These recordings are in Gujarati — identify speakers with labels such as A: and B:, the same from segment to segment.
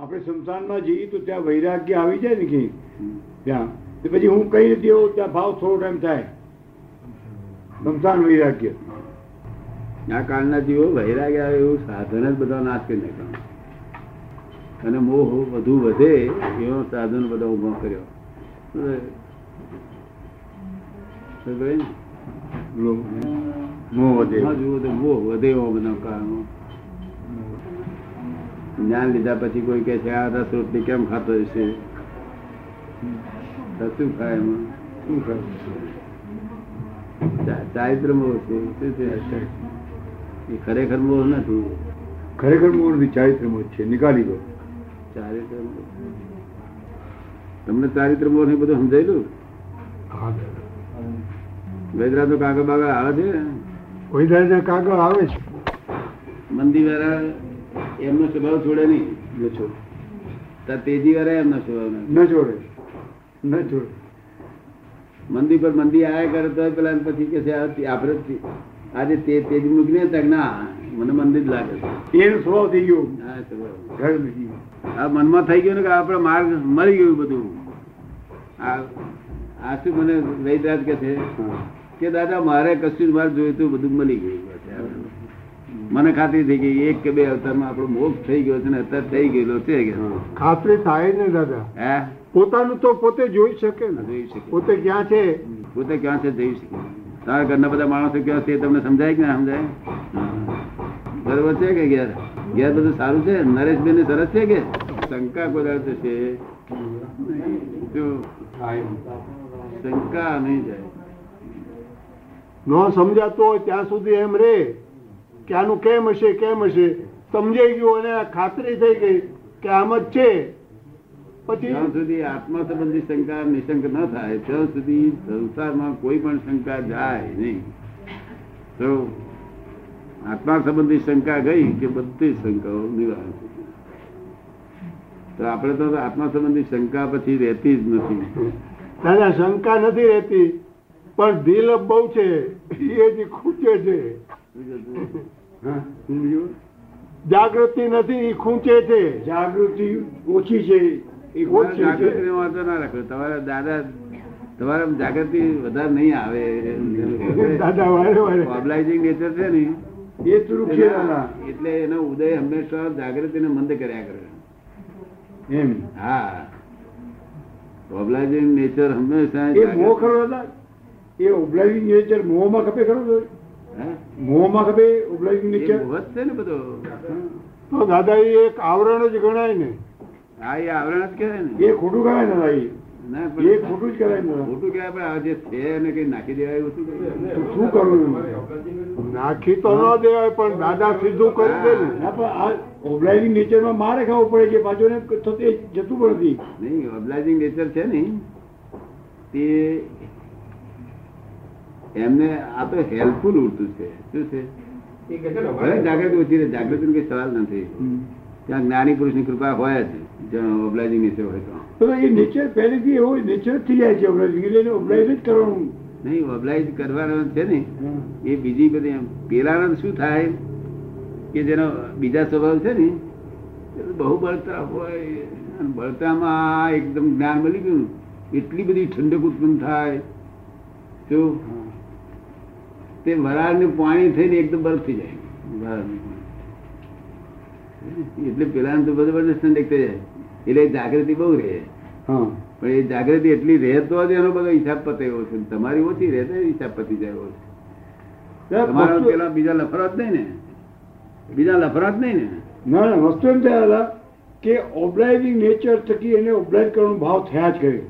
A: આપણે સંસારમાં જઈએ તો ત્યાં વૈરાગ્ય આવી જાય ને કે ત્યાં તો પછી હું કઈ રીતે એવો ત્યાં ભાવ થોડો ટાઈમ થાય સંસાર વૈરાગ્ય
B: આ કાળના જીવો વૈરાગ્ય આવે એવું સાધન જ બધા નાશ કરી નાખ્યા અને મોહ વધુ વધે એવો સાધન બધો ઉભો કર્યો સમજ પડી ને?
A: લો, મોહ વધે
B: એમાં જુઓ તો મોહ વધે એવો બધો કાળનો જ્ઞાન લીધા પછી કોઈ કહે છે આ રસ રોટલી કેમ ખાતો હશે તો શું ખાય એમાં
A: શું કરવું?
B: ચા- ચારિત્ર મોહ છે શું છે એ ખરેખર મોહ નથી
A: ખરેખર મોહ નથી ચારિત્ર મોહ છે નિકાળી દો
B: ચારિત્ર મોહ. તમને ચારિત્ર મોહ ને બધું સમજાયેલું વેદરા તો કાગળ બાગળ આવે છે
A: વૈરાગ્ય કાગળ આવે છે
B: મંદી વાળા એમનો સ્વભાવ છોડે નહીં
A: ન છોડે
B: તાર તેજી વાળા એમનો સ્વભાવ નહીં
A: ન છોડે ન છોડે
B: મંદી પર મંદી આયા કરે તો પેલા ને પછી કે છે આ તે- આપણે તે- આજે તે તેજી મૂકીને તક ના મને મંદી જ લાગે છે
A: એનો સ્વભાવ થઈ ગયો
B: આ સ્વભાવ.
A: ઘર નથી
B: આ મનમાં થઈ ગયું ને કે આપડે માર્ગ મરી ગયું બધું આ આ શું મને વૈદરાજ કે છે કે દાદા મારે કશું જ મારે જોયું હતું બધું મળી ગયું મને ખાતરી થઈ ગઈ એક કે બે અવતારમાં આપણો મોક્ષ થઈ ગયો છે ને અત્યારે થઈ ગયેલો છે કે
A: ખાતરી થાય ને દાદા
B: હે
A: પોતાનું તો પોતે જોઈ શકે
B: આ જોઈ શકે.
A: પોતે ક્યાં છે
B: પોતે ક્યાં છે જઈ શકે તારા ઘરના બધા માણસો ક્યાં છે એ તમને સમજાય કે ના સમજાય બરોબર છે કે ઘેર ઘેર બધું સારું છે નરેશબેન ને સરસ છે કે શંકા કોઈ દાડો થશે નહીં. જો શંકા નહીં જાય
A: ન સમજાતો હોય ત્યાં સુધી એમ રે કે આનું કેમ હશે કેમ હશે સમજાઈ ગયું અને ખાતરી થઈ ગઈ કે આમ જ છે પછી
B: જ્યાં સુધી આત્મા સંબંધી શંકા નિશંક ન થાય ત્યાં સુધી સંસારમાં કોઈ પણ શંકા જાય નહીં તો આત્મા સંબંધી શંકા ગઈ કે બધી શંકાઓ નિવારણ થઈ ગઈ. તો આપણે તો આત્મા સંબંધી શંકા પછી રહેતી જ નથી
A: દાદા શંકા નથી રહેતી પણ દિલ બહુ છે એ જ ખૂંચે છે જાગૃતિ નથી એ ખૂંચે છે જાગૃતિ ઓછી છે એ
B: તમારે
A: ઓછી છે
B: જાગૃતિને વાંધો ના રાખો તમારા દાદા તમારા જાગૃતિ વધારે નહીં આવે
A: દાદા વારે વારે
B: કોબલાઇઝિંગ નેચર છે ને
A: એ થોડું છે દાદા
B: એટલે એનો ઉદય હંમેશા જાગૃતિને મંદ કર્યા કરે
A: એમ
B: હા ઓબ્લાઇઝિંગ નેચર હંમેશા
A: એ મોહ ખરો દાદા એ ઓબ્લાઇવિંગ નેચર મોહમાં ખપે ખરો દાદા?
B: હે?
A: મોહમાં ખપે ઓબ્લાઇવિંગ
B: એ
A: નેચર
B: મોહ જ છે ને બધો
A: તો દાદા એ એક આવરણ જ ગણાય ને
B: હા એ આવરણ જ કહેવાય ને
A: એ ખોટું કહેવાય ને ભાઈ
B: ના
A: એ
B: પણ
A: ખોટું જ કહેવાય ને દાદા.
B: ખોટું કહેવાય પણ આ જે છે એને કઈ નાખી દેવાય એવું શું કહેવાય?
A: તો શું કરવું નાખી તો ન દેવાય પણ દાદા સીધું
B: કરી દે ને.
A: ના પણ આ ઓબ્લાઇવિંગ નેચરમાં મારે ખાવું પડે છે પાછો ને થતું એ જતું પણ નથી
B: નહીં ઓબ્લાઇઝિંગ નેચર છે ને તે એમને આ તો હેલ્પફુલ ઉડતું છે શું છે ભલે જાગૃતિ ઓછી રહે જાગૃતિનો કોઈ સવાલ નથી ત્યાં જ્ઞાની પુરુષની કૃપા હોય જ જ્યાં ઓબ્લાઇઝિંગ નેચર હોય તો
A: તો એ નેચર પહેલેથી એવો નેચર થઈ જાય છે ઓબ્લાઇવિંગ એટલે ઓબ્લાઇવ જ કરવાનું
B: નહીં ઓબ્લાઇઝ કરવાનો છે ને એ બીજી બધી એમ પેલાનો શું થાય કે જેનો બીજા સ્વભાવ છે ને એ બહુ બળતા હોય અને બળતામાં આ એકદમ જ્ઞાન મળી ગયું એટલી બધી ઠંડક ઉત્પન્ન થાય તો તે વરાળને પાણી થઈને એકદમ બરફ થઈ જાય વરાળનું પાણી. એટલે પેલાને તો જબરદસ્ત ઠંડક થઈ જાય એટલે જાગૃતિ બહુ રહે
A: હા
B: પણ એ જાગૃતિ એટલી રહે તો જ એનો બધો હિસાબ પતે એવો છે તમારી ઓછી રહે તો એ હિસાબ પતી જાય એવો છે તમારા
A: વસ્તુ-
B: પેલા બીજા લફરા જ નહીં ને બીજા લફરા જ નહીં ને
A: ના ના વસ્તુ એમ થયા હતા કે ઓબ્લાઇવિંગ નેચર થકી એને ઓબ્લાઇવ કરવાનો ભાવ થયા જ કર્યો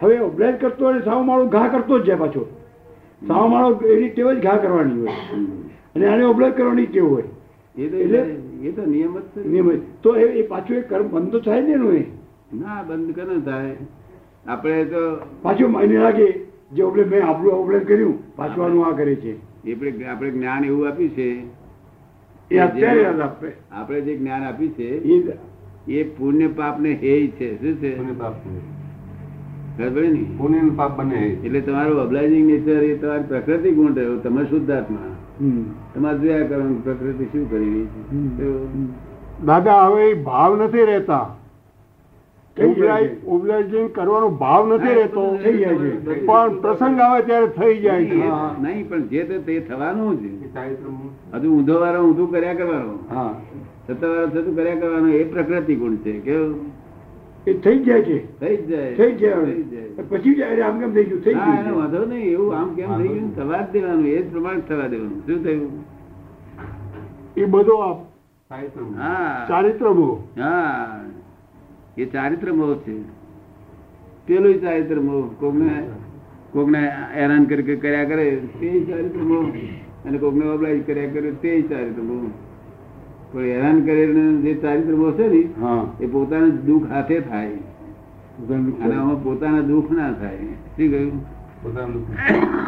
A: હવે ઓબ્લાઇવ કરતો અને સાવ માળો ઘા કરતો જ જાય પાછો સાવ માળો એની ટેવ જ ઘા કરવાની હોય અને આને ઓબ્લાઇવ કરવાની ટેવ હોય
B: એ તો
A: એટલે-
B: એ તો નિયમ જ છે
A: નિયમ હોય. તો એ એ પાછું એ કર્મ બંધ તો થાય ને એનું એ
B: ના બંધ કરે ને થાય આપણે તો
A: પાછું મને લાગે જે ઓબ્લે મેં આપણું ઓબ્લેમ કર્યું પાછું આનું આ કરે છે
B: આપણે આપણે જ્ઞાન એવું આપ્યું છે
A: એ અત્યારે યાદ આપે
B: આપણે જે જ્ઞાન આપ્યું છે
A: એ
B: એ પુણ્ય પાપ ને હેય છે શું છે
C: પુણ્ય પાપ છે.
B: ખબર પડી ને
C: પુણ્યનું પાપ બને
B: એટલે તમારું અબલાઇઝિંગ નેચર એ તમારી પ્રકૃતિ ગુણ રહ્યો તમે શુદ્ધાત્મા
A: હમ.
B: તમારે જોયા કરવાનું પ્રકૃતિ શું કરી રહી છે
A: હમ.
B: તો
C: દાદા હવે એ ભાવ નથી રહેતા
A: થઈ જાય છે.
C: ઓબ્લાઇઝિંગ કરવાનો ભાવ નથી
B: હા, એ
C: રહેતો
B: બધું
A: થઈ જાય છે.
C: પણ પ્રસંગ આવે ત્યારે થઈ જાય છે
A: હા.
B: નહીં પણ જે તે તે થવાનું જ હજુ ઊંધો વાળો ઊંધું કર્યા કરવાનો
A: હા
B: થતો વાળો થતું કર્યા કરવાનો એ પ્રકૃતિ ગુણ છે કેવું
A: એ થઈ જાય છે
B: થઈ જ જાય
A: થઈ જાય હવે.
B: થઈ જ જાય.
A: પછી જ અરે આમ કેમ થઈ ગયું થઈ
B: ના, એનો
A: ગયું
B: વાંધો નહીં એવું આમ કેમ થઈ ગયું થવા જ દેવાનું એ જ પ્રમાણે જ થવા દેવાનું શું થયું
C: એ બધો આ
B: હા
C: ચારિત્ર બહુ
B: હા એ ચારિત્ર મોહ છે પેલું ચારિત્ર મોહ કોકને કોકને હેરાન કરી કરી કર્યા કરે તે ચારિત્ર મોહ અને કોકને ઓબલાઈ કર્યા કરે તે ચારિત્ર મોહ પણ હેરાન કરીને જે ચારિત્ર મોહ છે ને
A: હા
B: એ પોતાનું દુઃખ હાથે થાય
A: પોતાનું
B: અને આમાં પોતાના દુઃખ ના થાય શું કહ્યું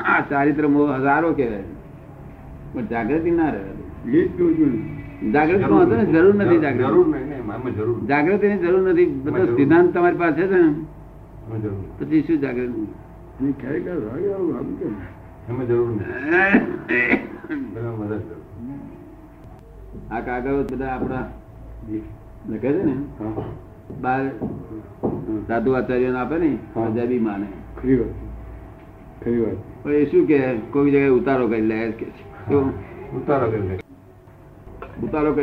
B: આ ચારિત્ર મોહ હજારો કહેવાય પણ જાગૃતિ ના રહે
A: એ જ કહું છું ને.
B: જાગૃતિ વાંધો ને જરૂર નથી જાગૃતિ જાગૃતિની જરૂર નથી બધો સિદ્ધાંત તમારી પાસે છે ને પછી શું જાગૃતિ
A: અને ખરેખર હવે આવું આમ કેમ
B: આ કાગળો બધા આપણા લખે છે ને
A: હા
B: બાર સાધુ આચાર્ય આપે ને
A: હા.
B: પંજાબી માને
A: ખરી વાત છે. ખરી વાત
B: પણ એ શું કે કોઈ જગ્યાએ ઉતારો કરી લાયા છે શું? ઉતારો કરી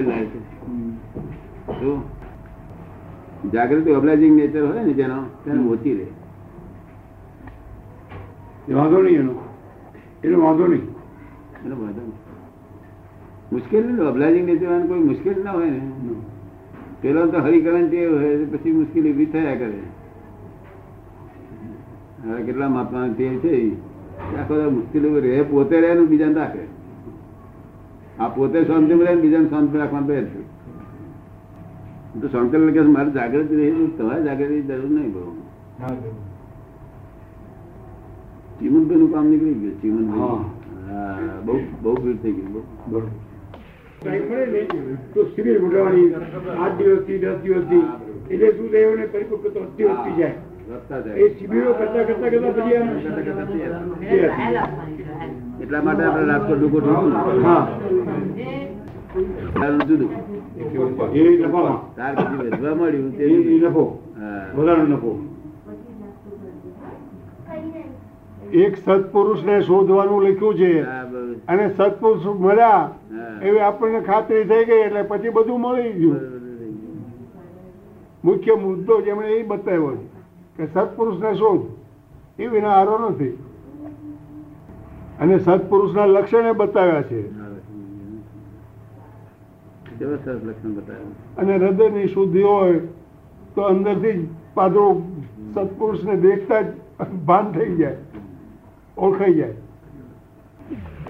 B: લાયા છે શું? જાગૃતિ ઓબ્લાઇઝિંગ નેચર હોય ને જેનો તેને ઓછી રહે
A: છે. વાંધો નહીં એનો એનો વાંધો નહીં
B: એનો વાંધો નહીં. મુશ્કેલ નહીં ઓબ્લાઇઝિંગ નેચર વાળાને કોઈ મુશ્કેલ ના હોય ને પેલો તો હરિકરણ જે હોય પછી મુશ્કેલી ઉભી થયા કરે હવે કેટલા મહાત્મા તે છે ઈ. આખો દાડો મુશ્કેલી રહે પોતે રહે ને બીજાને રાખે આ પોતે શાંતિ રહે ને બીજાને શાંતિ રાખવાનું રહે છે તો શંકર કે મારે જાગૃતિ રહી તો તમારે જાગૃતિ જરૂર નહીં બહુ ચીમનભાઈ નું કામ નીકળી ગયું ચીમનભાઈ હા બહુ બહુ ભીડ થઈ ગયું બહુ
A: બરોબર ટાઈમ મળે ને તો શિબિર ગોઠવવાની આઠ દિવસથી દસ દિવસથી એટલે શું થાય એમને પરિપક્વતા વધતી વધતી જાય
B: વધતા
A: એ
B: જાય
A: શિબિરો કરતા કરતા કરતા પછી આ- એ હતી.
B: એટલા માટે આપણે રાજકોટ ડુકો
A: હા
B: જુદું
A: એ નફામાં
B: તાર પછી વધવા મળ્યું તે
A: એ એ
B: જુદું.
A: નફો
B: હા
A: વધારાનો નફો
C: એક સત્પુરુષને શોધવાનું લખ્યું છે
B: હા, બરોબર.
C: અને સત્પુરુષ મળ્યા
B: હા.
C: એવી આપણને ખાતરી થઈ ગઈ એટલે પછી બધું મળી ગયું મુખ્ય મુદ્દો જેમણે એ બતાવ્યો છે કે સત્પુરુષને શોધ એ વિના હારો નથી અને સત્પુરુષના લક્ષણે બતાવ્યા છે
B: જબરદસ્ત લક્ષણ બતાવ્યું
C: અને હૃદયની શુદ્ધિ હોય તો અંદરથી જ પાદરો સત્પુરુષને દેખતા જ ભાન થઈ જાય ઓળખાઈ જાય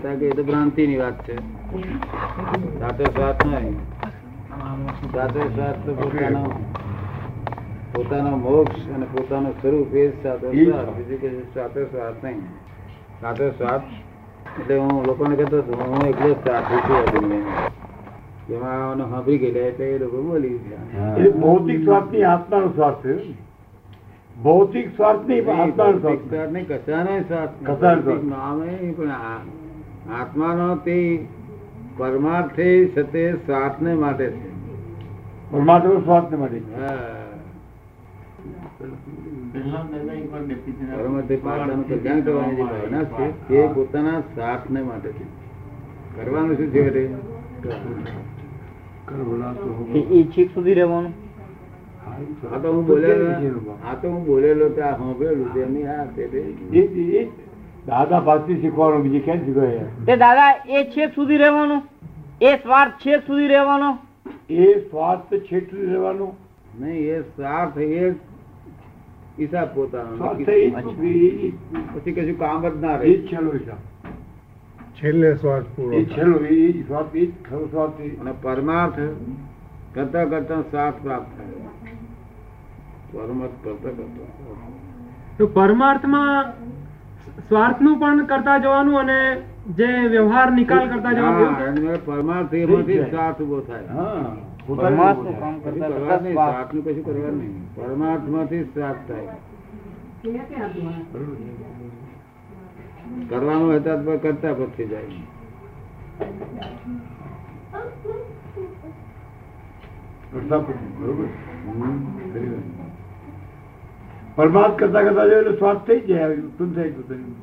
B: કારણ કે એ તો ભ્રાંતિ ની વાત છે સાચો સ્વાર્થ નહીં સાચો સ્વાર્થ તો પોતાનો પોતાનો મોક્ષ અને પોતાનું સ્વરૂપ એ જ સાચો
A: એ જ.
B: સ્વાર્થ બીજું કશું સાચો સ્વાર્થ નહીં સાચો સ્વાર્થ એટલે હું લોકોને કહેતો હતો હું એકલો જ સ્વાર્થી છું આ દુનિયામાં એમાં સાંભળી ગયેલા એટલે એ લોકો બોલી ગયા
A: એ ભૌતિક સ્વાર્થ ની આત્માનો સ્વાર્થ છે ભૌતિક સ્વાર્થ નહીં પણ આત્માનો સ્વાર્થ છે.
B: નહીં, કશાનો સ્વાર્થ નહીં.
A: કશાનો સ્વાર્થ.
B: નામ નહીં, પણ આ- આત્માનો તે પરમાર્થે સતે સ્વાર્થને માટે છે
A: પરમાત્માનો સ્વાર્થ માટે
B: હા. પરમાર્થે પાછળનું કલ્યાણ કરવાની જે ભાવના છે તે પોતાના સ્વાર્થને માટે છે કરવાનું શું છે વડે?
D: ઈચ્છિત સુધી રહેવાનું
B: આ તો હું બોલેલો આ તો હું બોલેલો તો આ સાંભળેલું છે એમની આ તે તે.
A: એ એ દાદા પાસેથી શીખવાનું બીજે ક્યાં શીખવાય
D: તે દાદા એ છેક સુધી રહેવાનું એ સ્વાર્થ છેક સુધી રહેવાનો
A: એ સ્વાર્થ છેટું રહેવાનું
B: નહીં એ સ્વાર્થ એ હિસાબ પોતાનો
A: સ્વાર્થ એ જ એ- એ-
B: પછી કશું કામ જ ના
A: એ
B: રહે
A: જ છેલ્લો હિસાબ
C: છેલ્લે સ્વાર્થ
A: એ છેલ્લો એ એ જ સ્વાર્થ એ જ ખરો સ્વાર્થ એ.
B: અને પરમાર્થ કરતા કરતા સ્વાર્થ પ્રાપ્ત થાય પરમાર્થ કરતા કરતા
E: તો પરમાર્થમાં સ્વાર્થનું પણ કરતા જવાનું અને જે વ્યવહાર નિકાલ કરતા જવાનું એવું
B: હા, અને પરમાર્થ એમાંથી જ સ્વાર્થ ઊભો થાય
A: હા
D: પરમાર્થનું
A: પોતાનું
D: કામ
B: કશું
D: કરતા
B: કરવા
D: કરતા
B: નહીં,
D: સ્વાર્થ.
B: સ્વાર્થનું કશું કરવા નહીં પરમાર્થમાંથી જ સ્વાર્થ થાય કરવાનું હતા તો કરતા પછી જાય
A: પ્રસ્થાપતિ, બરોબર? Very well. પરમાર્થ કરતા કરતા જાય એટલે સ્વાર્થ થઈ જ જાય આવી ઉત્પન્ન થાય પોતાની.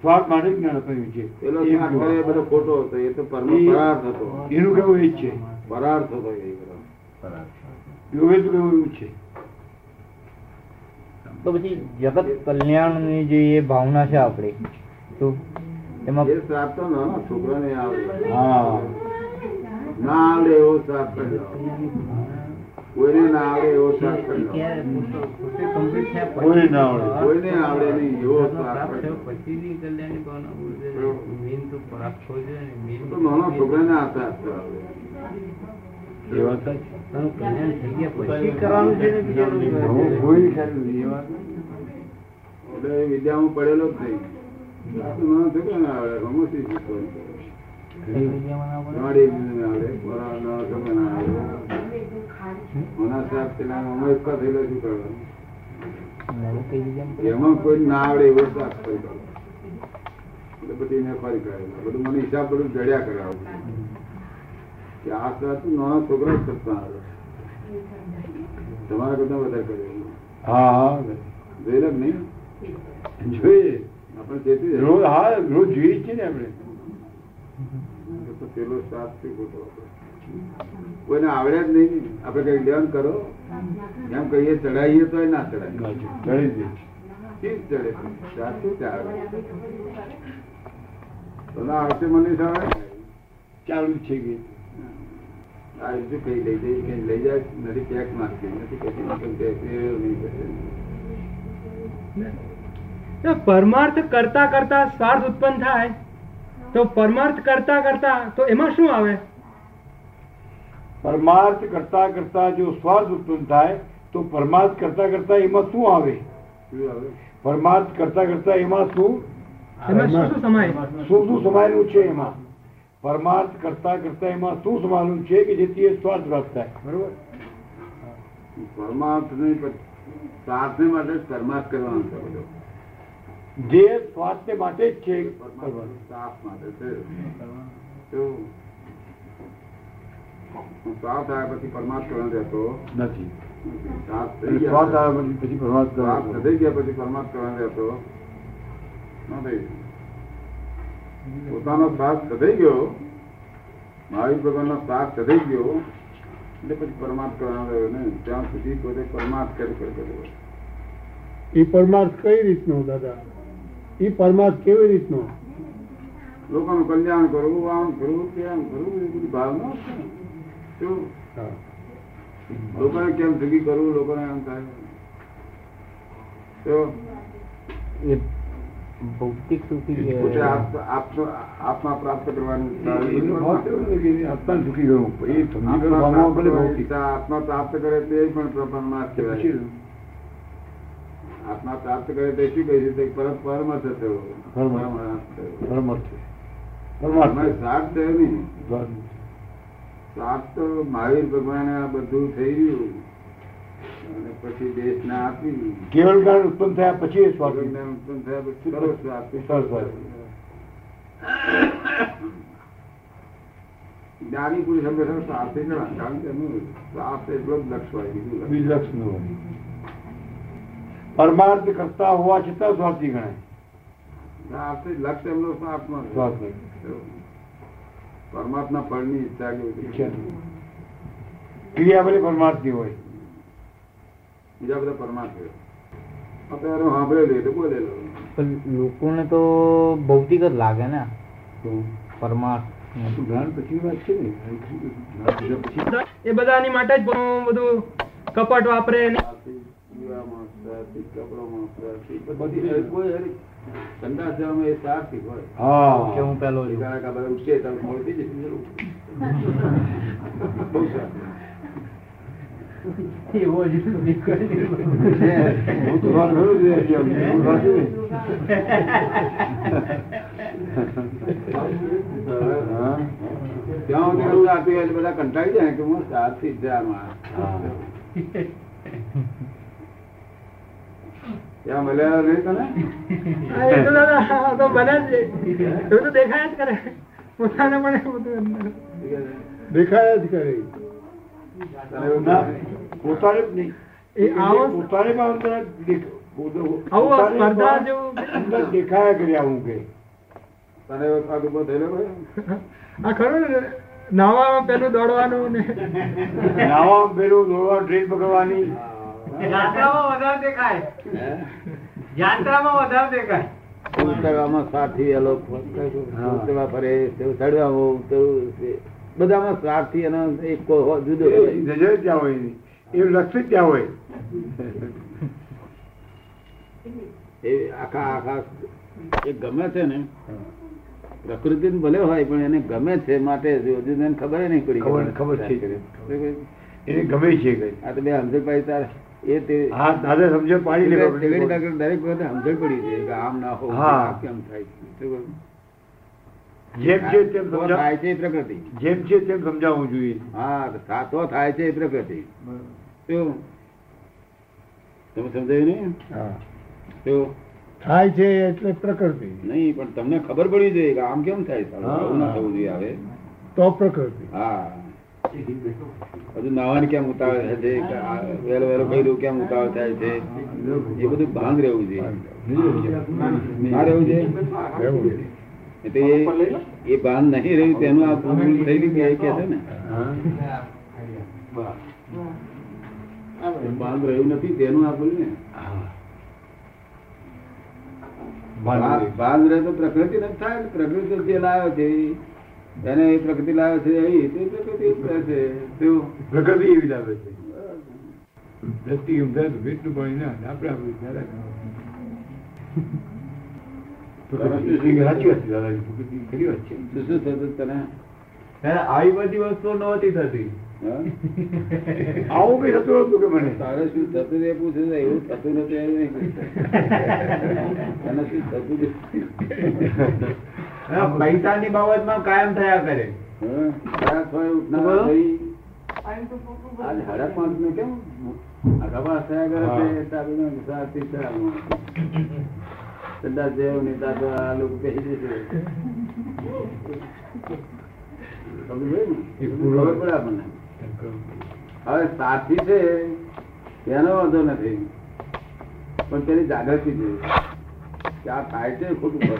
A: સ્વાર્થ માટે જ જ્ઞાન અપાયું છે
B: પેલો
A: એ
B: સ્વાર્થ એ બધો ખોટો હતો એ તો પરમ
A: એ-
B: પરાર્થ હતો
A: એનું કહેવું એ જ છે
B: પરાર્થ હતો એ બધો
A: યોગેશનું કહેવું એવું જ છે
D: તો પછી જગત કલ્યાણની જે એ ભાવના છે આપણે તો એમાં
B: એ શ્રાપ તો નાના છોકરાને આવડે
A: હા
B: ના આવડે એવો શ્રાપ કરી દો કોઈને ના આવડે એવો શ્રાપ કરી દો
A: કોઈ ના આવડે
B: કોઈને આવડે નહીં એવો શ્રાપ કરી દો તો નાના છોકરાને આ શ્રાપ કરાવે
A: એ વાત સાચી.
E: કરવાનું
A: હું કોઈ ખ્યાલ નથી, એ વાત
B: એટલે એ વિદ્યા હું પડેલો જ નહીં તો નાના છોકરાને આવડે હમણાંથી શીખો. ગાડી બીજીને આવડે ખોરાક નાના છોકરાને આવડે નાના શ્રાપ પેલા અમે એકવાર થયેલો શું કરવાનું? એમાં કોઈ ના આવડે એવો શ્વાસ કરી દો. એટલે બધી એને ફરી કરે બધું મને હિસાબ બધું જડ્યા કરે આવું બધું. કે આ શ્વાસ તો નાના છોકરા જ કરતા આવે તમારા કરતા વધારે કરે
A: હા હા
B: જોઈ લો કે નહીં
A: જોઈએ
B: આપણે ચેતી જઈએ.
A: રોજ હા રોજ જોઈએ જ છે ને આપણે
B: એ તો પેલો શ્વાસ થી ખોટો હતો. કોઈને આવડે જ નહીં ને. આપણે કઈ લેવાનું કરો એમ કહીએ ચડાવીએ તો ના ચડાય
A: ચડી દે
B: ચીજ ચડે શ્વાસ શું ચાલે તો ના આવશે મને સાંભળે
A: ચાલુ જ છે કે
B: આ રીતે કઈ લઈ જઈ કઈ લઈ જાય નથી પેક મારતી નથી કશું નથી કહેતી, એવું નહીં કરે.
E: પરમાર્થ કરતા કરતા સ્વાર્થ ઉત્પન્ન થાય તો પરમાર્થ કરતા કરતા તો એમાં શું આવે
A: પરમાર્થ કરતા કરતા જો સ્વાર્થ ઉત્પન્ન થાય તો પરમાર્થ કરતા કરતા એમાં શું આવે
B: શું આવે?
A: પરમાર્થ કરતા કરતા એમાં શું
E: એમાં શું શું સમાય
A: શું શું સમાયેલું છે એમાં પરમાર્થ કરતા કરતા એમાં શું સમાયેલું છે કે જેથી એ સ્વાર્થ પ્રાપ્ત થાય બરોબર
B: પરમાર્થ નહીં પણ સ્વાર્થને માટે જ પરમાર્થ કરવાનો છે બધો.
A: જે સ્વાર્થ માટે જ છે
B: પરમાર્થ
A: પરમાર્થ.
B: સ્વાર્થ માટે છે. તો હું સ્વાર્થ આવ્યા પછી પરમાર્થ કરવાનો રહેતો
A: નથી
B: નથી. સ્વાર્થ થઈ
A: એટલે
B: ગયા
A: સ્વાર્થ આવે પછી- પછી પરમાર્થ
B: સ્વાર્થ
A: કરવાનો.
B: થઈ ગયા પછી પરમાર્થ કરવાનો રહેતો નથી. પોતાનો સ્વાર્થ સધાઈ ગયો મહાવીર ભગવાનનો સ્વાર્થ સધાઈ ગયો એટલે પછી પરમાર્થ કરવાનો રહ્યો નહીં ત્યાં સુધી પોતે પરમાર્થ કરી કરી કર્યો
C: એ પરમાર્થ કઈ રીતનો દાદા એ પરમાર્થ કેવી રીતનો
B: લોકોનું કલ્યાણ કરવું આમ કરવું કે આમ કરવું એ બધી ભાવના છે. શું? લોકોને કેમ સુખી કરવું લોકોને આમ થાય તો
D: ભૌતિક
B: પોતે આત્મ- આત્મ- આત્મા પ્રાપ્ત કરવાની ઈચ્છા
A: એ-
B: એ
A: એનો
B: બધું પરમાર્થ.
A: ભાવ કેવો છે કે આત્માને સુખી કરવું એ સમજી
B: આત્મા
A: ગયો
B: પ્રાપ્ત
A: ભાવમાં ભલે
B: કરવાની
A: ભૌતિક.
B: ઈચ્છા, આત્મા પ્રાપ્ત કરે તે પણ પરમાર્થ કહેવાય
A: પછી
B: આત્મા પ્રાપ્ત કરે તે શું કહી છે પરમ પરમાર્થ થયો
A: પરમાર્થ.
B: પરમાર્થ થયો
A: પરમાર્થ છે. પરમાર્થ
B: મને
A: છે.
B: સાથ થયો નહીં
A: સ્વાર્થ.
B: સાત તો મહાવીર ભગવાને આ બધું થઈ ગયું અને પછી દેશને આપી દીધું.
A: કેવળ જ્ઞાન ઉત્પન્ન થયા પછી એ સ્વાર્થ
B: ભગવાનને ઉત્પન્ન થયા પછી સરસ આપી.
A: સરસ આપી.
B: જ્ઞાની પુરુષ હંમેશા સ્વાર્થી જ રહ્યા. કારણ કે એનું સ્વાર્થ એટલો જ લક્ષ હોય બીજું લક્ષ.
A: વિલક્ષણ હોય. પરમાર્થ કરતા હોવા છતાં સ્વાર્થી ગણાય
B: સ્વાર્થ જ લક્ષ એમનો સ્વાર્થમાં છે.
A: સ્વાર્થ નહીં.
B: તો પરમાત્મા ફળની ઈચ્છા કે બધી.
A: ઈચ્છા નહીં. ક્રિયા ભલે પરમાર્થની હોય
B: બીજા બધા પરમાત્મા અત્યારે હું સાંભળેલું એટલે બોલેલો
D: લોકોને તો ભૌતિક જ લાગે ને
A: તો
D: પરમાર્થ
A: જ્ઞાન પછી વાત છે ને જ્ઞાન લીધા પછી
E: એ બધાની માટે જ બધું કપટ વાપરે ને
B: ત્યાંથી દીવામાં, ત્યાંથી કપડામાં, ત્યાંથી બધી કોઈ હરી ધંધા સેવામાં એ સારથી હોય.
D: કે
A: હા
D: હું પેલો છું
B: કારણ કે આ બધા ઉઠશે તો મોડું થઈ જશે જરૂર. બહુ સારું.
A: હું તો વાત કરું છું એમ. હું વાત કરું છું. હા.
B: ત્યાં સુધી એવું લાગતું હોય એટલે બધા કંટાળી જાય ને કે હું સારથી જ જાય
A: હા.
B: આમાં. ત્યાં મળ્યા નહીં તને
E: આ એ તો દાદા આ તો બને જ એવું તો દેખાય જ કરે પોતાને પણ એવું બધું અંદર.
C: દેખાયા જ કરે
B: તને એવું
A: ના
B: થાય?
A: પોતાને જ નહીં
E: એ આવો-
A: એટલે પોતાને પણ અંદર દેખ- પોતે-
E: આવું આ
A: પોતાને
E: સ્પર્ધા
A: પણ
E: જેવું
A: અંદર દેખાયા કર્યા હું કે
B: તને એવો સ્વાદ ઉભો થયેલો ખરો?
E: આ ખરું ને? નાહવામાં પેલું દોડવાનું ને
A: નાવા પેલું દોડવા ડ્રેસ પકડવાની
B: ઉતરવામાં સ્વાર્થી એ લોકો ઉતરવા ફરે તે ચડવામાં ઉતરવું છે. બધામાં સ્વાર્થી એનો એક કો- હો- જુદો
A: એ
B: હોય.
A: નજર જ ત્યાં હોય એની. એ લક્ષિત ત્યાં હોય
B: એ આખા આખા એ ગમે છે ને પ્રકૃતિ ભલે હોય પણ એને ગમે છે માટે હજુ તો એને ખબર નહીં પડી
A: ખબર- ખબર છે. એને ગમે છે કઈ
B: આ તો બે હમઝડભાઈ તાર એ તે
A: હા દાદા સમજણ પાડી લે
B: ઝઘડી ઝઘડી દરેક વખતે હમઝડ પડી છે કે આમ ના હોવું જોઈએ,
A: હા.
B: આ કેમ થાય છે.
A: જેમ છે તેમ
B: તો
A: સમજાવ
B: થાય છે એ પ્રકૃતિ
A: જેમ છે તેમ સમજાવવું જોઈએ
B: હા સાચો થાય છે એ પ્રકૃતિ શું તમે સમજાયું નહીં શું
C: થાય છે એટલે પ્રકૃતિ
B: નહીં પણ તમને ખબર પડવી જોઈએ કે આમ કેમ થાય સાલું?
A: હા.
B: આવું ના થવું જોઈએ હવે
C: તો પ્રકૃતિ
B: હા હજુ નાવાને કેમ ઉતાવળ થાય છે કે આ વહેલો વહેલો કર્યું કેમ ઉતાવળ થાય છે એ બધું ભાંગ રહેવું જોઈએ ના રહેવું જોઈએ
C: એવું છે.
B: એ તો એ એ ભાન નહીં રહ્યું તેનું આ ભૂલ થઈ ગયું કે એ કહે છે ને એ ભાન રહ્યું નથી તેનું આ ભૂલ ને ભા- ભાન રહે તો પ્રકૃતિ નથી થાય ને. પ્રકૃતિ જે લાવ્યો છે એને એ પ્રકૃતિ લાવ્યો છે એવી તે પ્રકૃતિ એમ રહે છે તેવું
A: પ્રકૃતિ એવી લાવે છે ધરતી ઉમદાદ વેટનું પાણી ના આવે. આપણે આપણું ધારા કરવાનું. પ્રકૃતિ સાચી વાત છે દાદાની. પ્રકૃતિ ખરી વાત છે
B: શું શું થતું તને
A: આવી બધી વસ્તુ નહોતી થતી
B: હા?
A: આવું કઈ થતું નતું કે મને
B: તારે શું થતું તે પૂછે છે એવું થતું નથી એવું નહીં પૂછે. તને શું થતું તે?
A: પૈસાની બાબતમાં કાયમ થયા કરે
B: હા? હરાસ હોય, ઉઠનારા હોય. આજ હરાસ માણસને કેમ? આ રવા થયા કરે છે, એટલે આ બધું નિશાળથી છે આ માણસ. સંદાસ જેવો ને દાદા આ લોકો કહી દે છે. સમજ પડી ને?
A: એ પૂરો.
B: ખબર પડે આપણને. હવે સાથી છે તેનો વાંધો નથી પણ તેની જાગૃતિ જોઈએ કે આ થાય છે ખોટું પડે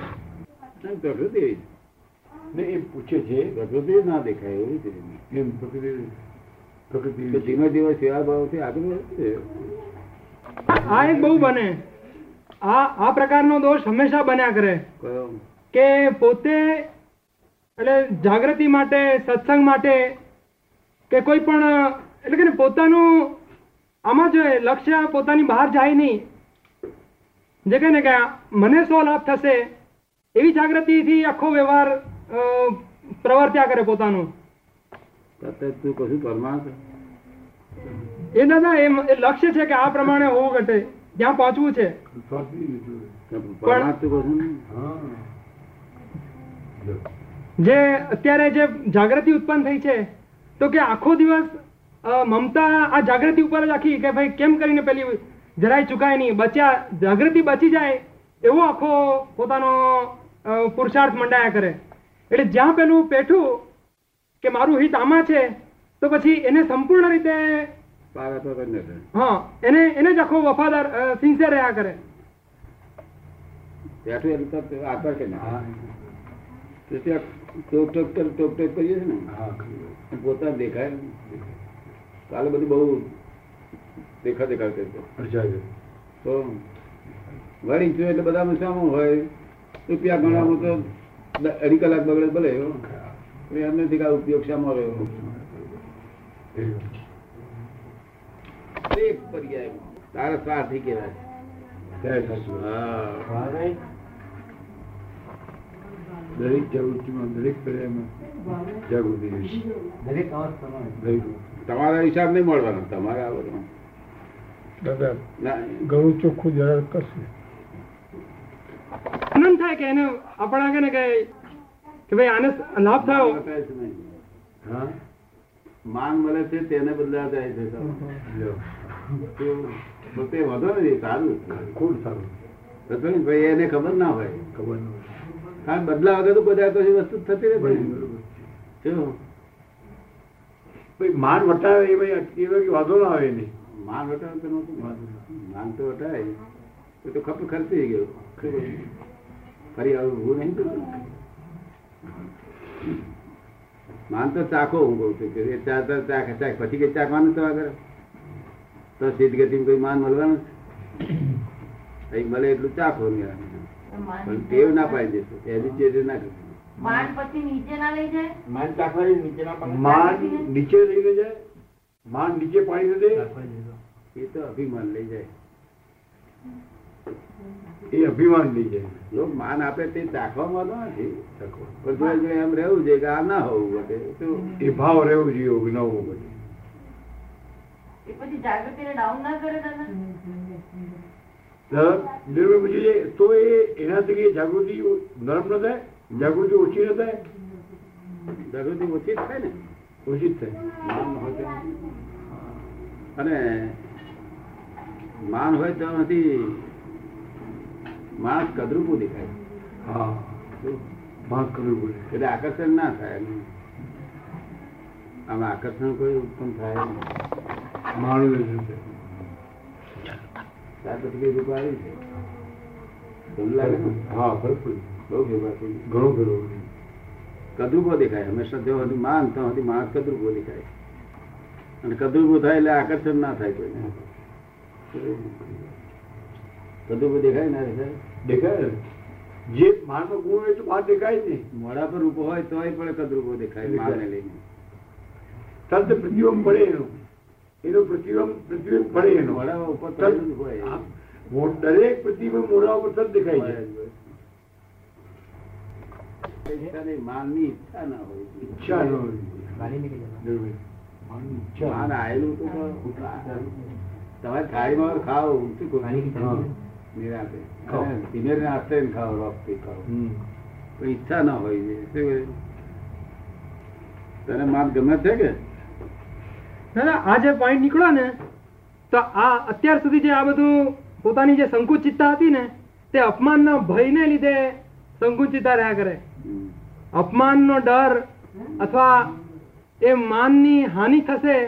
B: નહીં, પ્રકૃતિ એવી
A: ને એ પૂછે
B: છે.
A: છે
B: પ્રકૃતિ જ ના દેખાય એવી છે
A: એમ પ્રકૃતિ પ્રકૃતિ
B: તો ધીમે ધીમે સેવા ભાવથી આગળ વધે છે.
E: આ એક બહુ બને આ આ પ્રકારનો દોષ હંમેશા બન્યા કરે
B: કયો?
E: કે પોતે એટલે જાગૃતિ માટે સત્સંગ માટે કે કોઈ પણ એટલે કે ને પોતાનું આમાં જો એ લક્ષ્ય પોતાની બહાર જાય નહીં જે કહે ને કે આ મને શો લાભ થશે એવી જાગૃતિથી આખો વ્યવહાર અ, પ્રવર્ત્યા કરે પોતાનું
B: તાતે તું કશું પરમાર્થ
E: એ દાદા એમ એ લક્ષ્ય છે કે આ પ્રમાણે હોવું ઘટે જ્યાં પહોંચવું છે
B: પરમાર્થ તું કશું નહીં?
E: જે અત્યારે જે જાગૃતિ ઉત્પન્ન થઈ છે તો કે આખો દિવસ અ, મમતા આ જાગૃતિ ઉપર જ આખી કે ભાઈ કેમ કરીને પેલી જરાય ચૂકાય નહીં બચ્યા જાગૃતિ બચી જાય એવો આખો પોતાનો અ, પુરુષાર્થ મંડાયા કરે એટલે જ્યાં પેલું પેઠું કે મારું હિત આમાં છે તો પછી એને સંપૂર્ણ રીતે
B: પારા તો કરી નાખે.
E: હા એને એને જ આખો વફાદાર સિન્સિયર રહ્યા કરે
B: બેઠું એટલે તો આકર્ષે ને તો ત્યાં ટોક ટોક કર- ટોક ટોક કરીએ છે ને પણ પોતા દેખાય નહીં. કાલે બધું બહુ દેખા દેખા કરતો તો વળી જો એટલે બધામાં સામું હોય રૂપિયા ગણામાં તો દ- અઢી કલાક બગડે ભલે પણ એમ નથી કે આ ઉપયોગ શામાં રહ્યો એક પર્યાય તારા સ્વાર્થી કહેવાય હા.
A: દરેક જાગૃતિમાં દરેક પર્યાયમાં જાગૃતિ હોય છે.
D: દરેક અવસ્થામાં
A: દરેક
B: તમારા હિસાબ નહીં મળવાનો તમારા આ બધું.
C: દાદા
B: ના
C: ઘણું ચોખ્ખું જરા કરશે
E: આનંદ થાય કે એને આપણા કે ને કે કે ભાઈ આને લાભ થયો
B: બતાવે છે નહીં.
A: હા
B: માન મળે છે તેને બદલા જાય છે તો.
A: લ્યો.
B: તો તે વધો ને એ સારું છે.
A: કોણ સારું
B: રતનભાઈ એને ખબર ના હોય
A: ખબર ન હોય.
B: કારણ બદલા વગર તો બધા તો એ વસ્તુ જ થતી
A: બરાબર.
B: નથી જો
A: ભઈ માન વટાવે એ ભાઈ એ ભાઈ વાંધો ના આવે એને
B: માન વટાવે તો નહોતું વાંધો. માન તો વટાય એ તો ખપ ખર્ચી ગયો ફરી આવું ઊભું નહીં થતું. માન તો ચાખો હું કહું છું કે એ ચા તો ચાખ ચાખ પછી કઈ ચાખવાનું થવા કરે તો સીધ ગતિમાં કોઈ માન મળવાનું જ. અહીં મળે એટલું ચાખો ને. પણ ટેવ ના પાડી દેશે Agitated ના કરશો.
F: માન પછી નીચે ના લઈ જાય
D: માન ચાખવાની નીચેના પણ
A: માન નીચે લઈને જાય માન નીચે પાડી દે
B: એ તો અભિમાન લઈ જાય
A: એ અભિમાન લઈ જાય
B: લોક માન આપે તે ચાખવામાં તો નથી પણ જોડે જોડે એમ રહેવું છે કે આ ના હોવું ઘટે તો
A: એ ભાવ રહેવો જોઈએ એવું ન હોવું પડે
F: એ પછી જાગૃતિને ડાઉન ના કરે તમે
A: નરમ નિર્ભય બની જાય તો એ એના થકી જાગૃતિ નરમ ન થાય જાગૃતિ ઓછી ન થાય
B: જાગૃતિ ઓછી જ થાય ને
A: ઓછી જ થાય
B: માન હોય તો. અને માન હોય તો નથી માણસ કદરૂપું દેખાય
A: હા
B: શું?
A: ભાગ કરવું
B: એટલે
A: પડે
B: આકર્ષણ ના થાય આમ આકર્ષણ કોઈ ઉત્પન્ન થાય નહીં.
A: માણસ જ છે.
B: ત્યાર પછી કઈ દુઃખ આવી છે એવું લાગે ને?
A: હા ફરક પડે.
B: બહુ ભેગા થઈ ગયા.
A: ઘણો ફેરવો પડે.
B: કદરૂપો દેખાય હંમેશા જો હજી માન તો હજી માણસ કદરૂપો દેખાય અને કદરૂપો થાય એટલે આકર્ષણ ના થાય કોઈને કદરૂપો દેખાય ના દેખાય
A: દેખાય ને? જે માનનો ગુણ હોય તો બહાર દેખાય જ નહીં
B: મોડા પર રૂપો હોય તોય પણ કદરૂપો દેખાય માને લઈને
A: તંત્ર પ્રતિબંધ પડે એનો એનો પ્રતિબંધ પ્રતિબંધ પડે એનો
B: મોઢા ઉપર
A: તદ-
B: પ્રતિબંધ હોય.
A: હા. મો- દરેક પ્રતિબંધ મોઢા ઉપર તદ દેખાય છે
B: ઈચ્છા નહીં, માનની ઈચ્છા ના હોય
A: ઈચ્છા ન હોય. જરૂર. માનની ઈચ્છા
B: માન
A: ન હોય.
B: આયેલું તો તમારે થાળીમાં ખાઓ શું કહું?
A: હા.
B: નિરાંતે
A: ખાઓ.
B: અને સિનેરીને આશ્રય ને ખાઓ રોપથી ખાઓ
A: હમ.
B: કોઈ ઈચ્છા ના હોય છે. શું કહે? તને માન ગમે છે કે
E: દાદા આ જે પોઈન્ટ નીકળ્યો ને તો આ અત્યાર સુધી જે આ બધું પોતાની જે સંકુચિતતા હતી ને તે અપમાનના ભયને લીધે સંકુચિતતા રહ્યા કરે
B: હમ.
E: અપમાનનો ડર અથવા એ માનની હાનિ થશે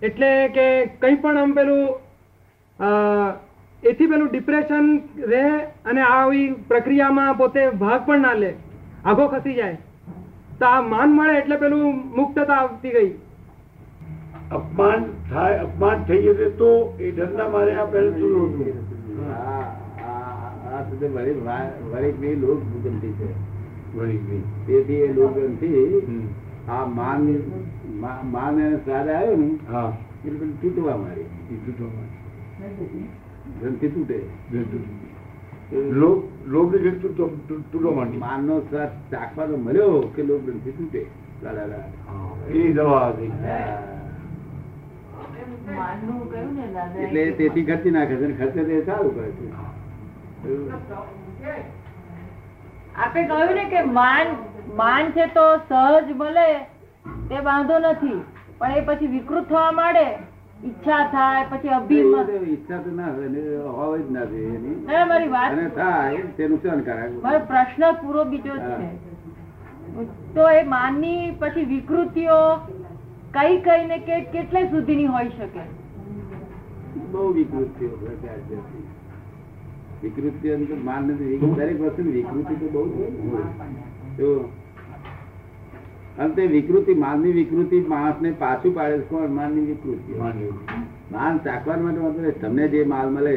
E: એટલે કે કંઈ પણ આમ પેલું અ, એથી પેલું ડિપ્રેશન રહે અને આવી પ્રક્રિયામાં પોતે ભાગ પણ ના લે આઘો ખસી જાય તો આ માન મળે એટલે પેલું મુક્તતા આવતી ગઈ
A: અપમાન થાય અપમાન થઈ જશે તો એ ધંધા મારે આ પહેલું દૂર હતું.
B: આ- આ- આ સુધી વળી વા- વળી બી લોક ગમતી છે
A: વળી ગઈ.
B: તેથી એ લોક ગમતી
A: હમ.
B: આ માન મા- માન એને સારા આવ્યો ને
A: હા
B: એ લોકોને તૂટવા મારી
A: એ તૂટવા
B: ગ્રંથિ તૂટે
A: માંડી. લોભ લોભ ને તૂટવા માંડી
B: માનનો સ્વાદ ચાખવાનો મળ્યો કે લોક ગ્રંથિ તૂટે સારા સારા.
A: હા. એ દવા હતી
B: હા.
F: માનનું કહ્યું ને દાદા
B: એટલે એ તેથી ખર્ચી નાખે છે અને ખર્ચે તે સારું કરે છે
F: આપે કહ્યું ને કે માન માન છે તો સહજ મળે તે વાંધો નથી પણ એ પછી વિકૃત થવા માંડે ઈચ્છા થાય પછી
B: 그
F: અભિમાન
B: એ ઈચ્છા તો ના હોય ને હોય જ ના જોઈએ એની
F: ના મારી વાત
B: અને થાય તે નુકસાનકારક
F: મારો પ્રશ્ન પૂરો બીજો જ છે તો એ માનની પછી વિકૃતિઓ કઈ કઈ ને કે કેટલે સુધીની હોઈ શકે
B: બહુ વિકૃતિઓ હોય ત્યાં જ્યાંથી. વિકૃતિઓ એમ તો માન નથી વિકૃ- દરેક વસ્તુની વિકૃતિ તો બહુ જ હોય ને. જો. અને તે વિકૃતિ માનની વિકૃતિ માણસને પાછું પાડે છે કોણ માનની વિકૃતિ માન ચાખવા માટે વાંધો નહીં. તમને જે માલ મળે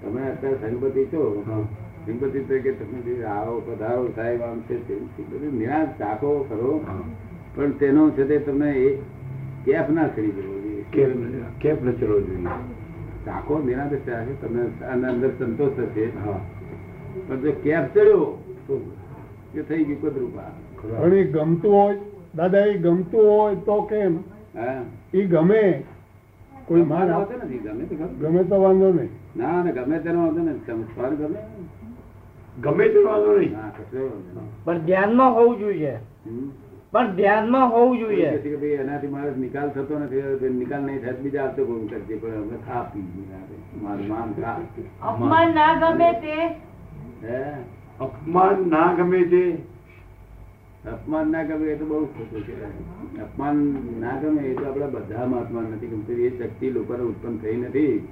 B: તમે અત્યારે સંગપતિ છો સંગપતિ તરીકે તમે જે આવો પધારો સાહેબ આમ છે તેમ છે. બધું નિરાંત ચાખો કરો પણ તેનો છે તે તમને એ કેફ ના કરી દેવો જોઈએ.
A: કેપ કેપ ન ચડવો જોઈએ
B: ચાખો નિરાંતે ચાખો તમને આના અંદર સંતોષ થશે પણ જો કેફ ચડ્યો તો એ થઈ ગયું કદરૂપા
C: ઘણી ગમતું હોય દાદા એ ગમતું હોય તો કેમ
B: હા
C: એ ગમે કોઈ માન આપ-
B: વાંધો નથી ગમે તે ગમે.
C: ગમે તો વાંધો નહીં
B: ના ના ગમે તેનો વાંધો નથી તમે સ્વર ગમે
A: ગમે તે વાંધો નહીં
B: ના કશો વાંધો નહીં.
D: પણ ધ્યાનમાં હોવું જોઈએ
B: હમ.
D: પણ ધ્યાનમાં હોવું જોઈએ
B: કે ભાઈ એનાથી મારો નિકાલ થતો નથી હવે ભાઈ નિકાલ નહીં થાય તો બીજા આવતો કોઈ કરજે પણ અમે ખા પી લીધા હવે. મારું માન ખા
F: અપમાન ના ગમે તે
B: હે
A: અપમાન ના ગમે તે
B: અપમાન ના ગમે એ તો બહુ ખોટું કહેવાય અપમાન ના ગમે એ તો આપણા બધામાં અપમાન નથી ગમતું એ શક્તિ લોકોને ઉત્પન્ન થઈ નથી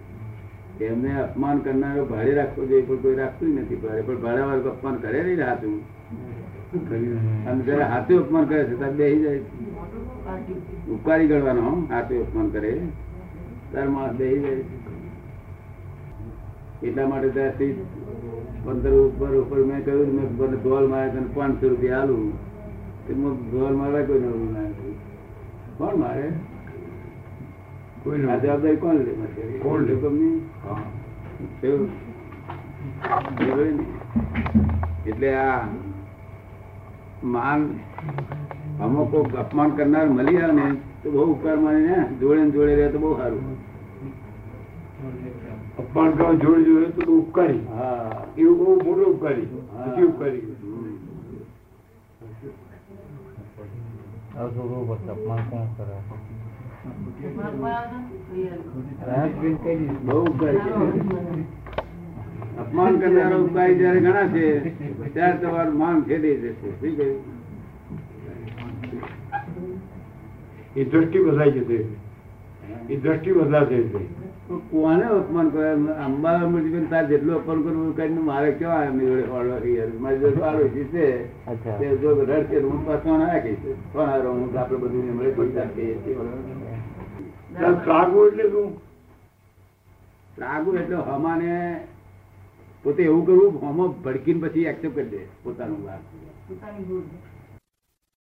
B: એમને અપમાન કરનારો ભાડે રાખવો જોઈએ પણ કોઈ રાખતું જ નથી ભાડે પણ ભાડા વાળું અપમાન કરે નહીં હાથું અને જયારે હાથે અપમાન કરે છે ત્યારે બેસી જાય ઉપકારી ગણવાનો હાથે અપમાન કરે ત્યારે માણસ બેસી જાય એટલા માટે ત્યાંથી પંદર ઉપર ઉપર મેં કહ્યું મેં મને ધોલ માર્યા તને પાંચસો રૂપિયા આલું તો મેં ધોલ મારા કોઈ નવું ના આપ્યું. કોણ મારે આ જવાબદારી કોણ લે મારે?
A: કોણ લે?
B: લોકોની? કેવું? બરોબર ને? એટલે આ માન અમુક કોક અપમાન કરનાર મળી આવે ને તો બહુ ઉપકાર માને ને જોડે ને જોડે રહે તો બહુ સારું
A: અપમાન કરવા જોડે જોડે તો બહુ ઉપકારી
B: હા
A: એવું બહુ મોટો ઉપકારી
B: હા.
A: અતિ ઉપકારી
B: હમ.
D: હવે છોકરો ઉપર અપમાન કોણ કરે
F: માનવું
B: બહુ ઉપકારી છે. અપમાન કરનારા ઉપકારી જયારે ઘણા છે ત્યારે તમારું માન ખેડી જશે શું કહ્યું?
A: એ દ્રષ્ટિ બદલાઈ જશે એ દ્રષ્ટિ બદલાશે એટલે.
B: પણ કોને અપમાન કરે અંબા મૂર્તિબેન તાર જેટલું અપમાન કરવું કરીને મારે કેવા એમની જોડે ફાળવા થઈ ગયા. મારી જોડે ફાળો છે તે-
D: અચ્છા
B: તે જો રડશે તો હું પાછો નાખીશ પણ હારો હું તો આપણે બધું એમણે કરી નાખીએ છીએ.
A: ત્યાં ત્રાગવું એટલે શું
B: રાગુ એટલે હમાને પોતે એવું કરવું હમો ભડકીને પછી એક્સેપ્ટ કરી દે પોતાનું વાત
F: પોતાની ભૂલ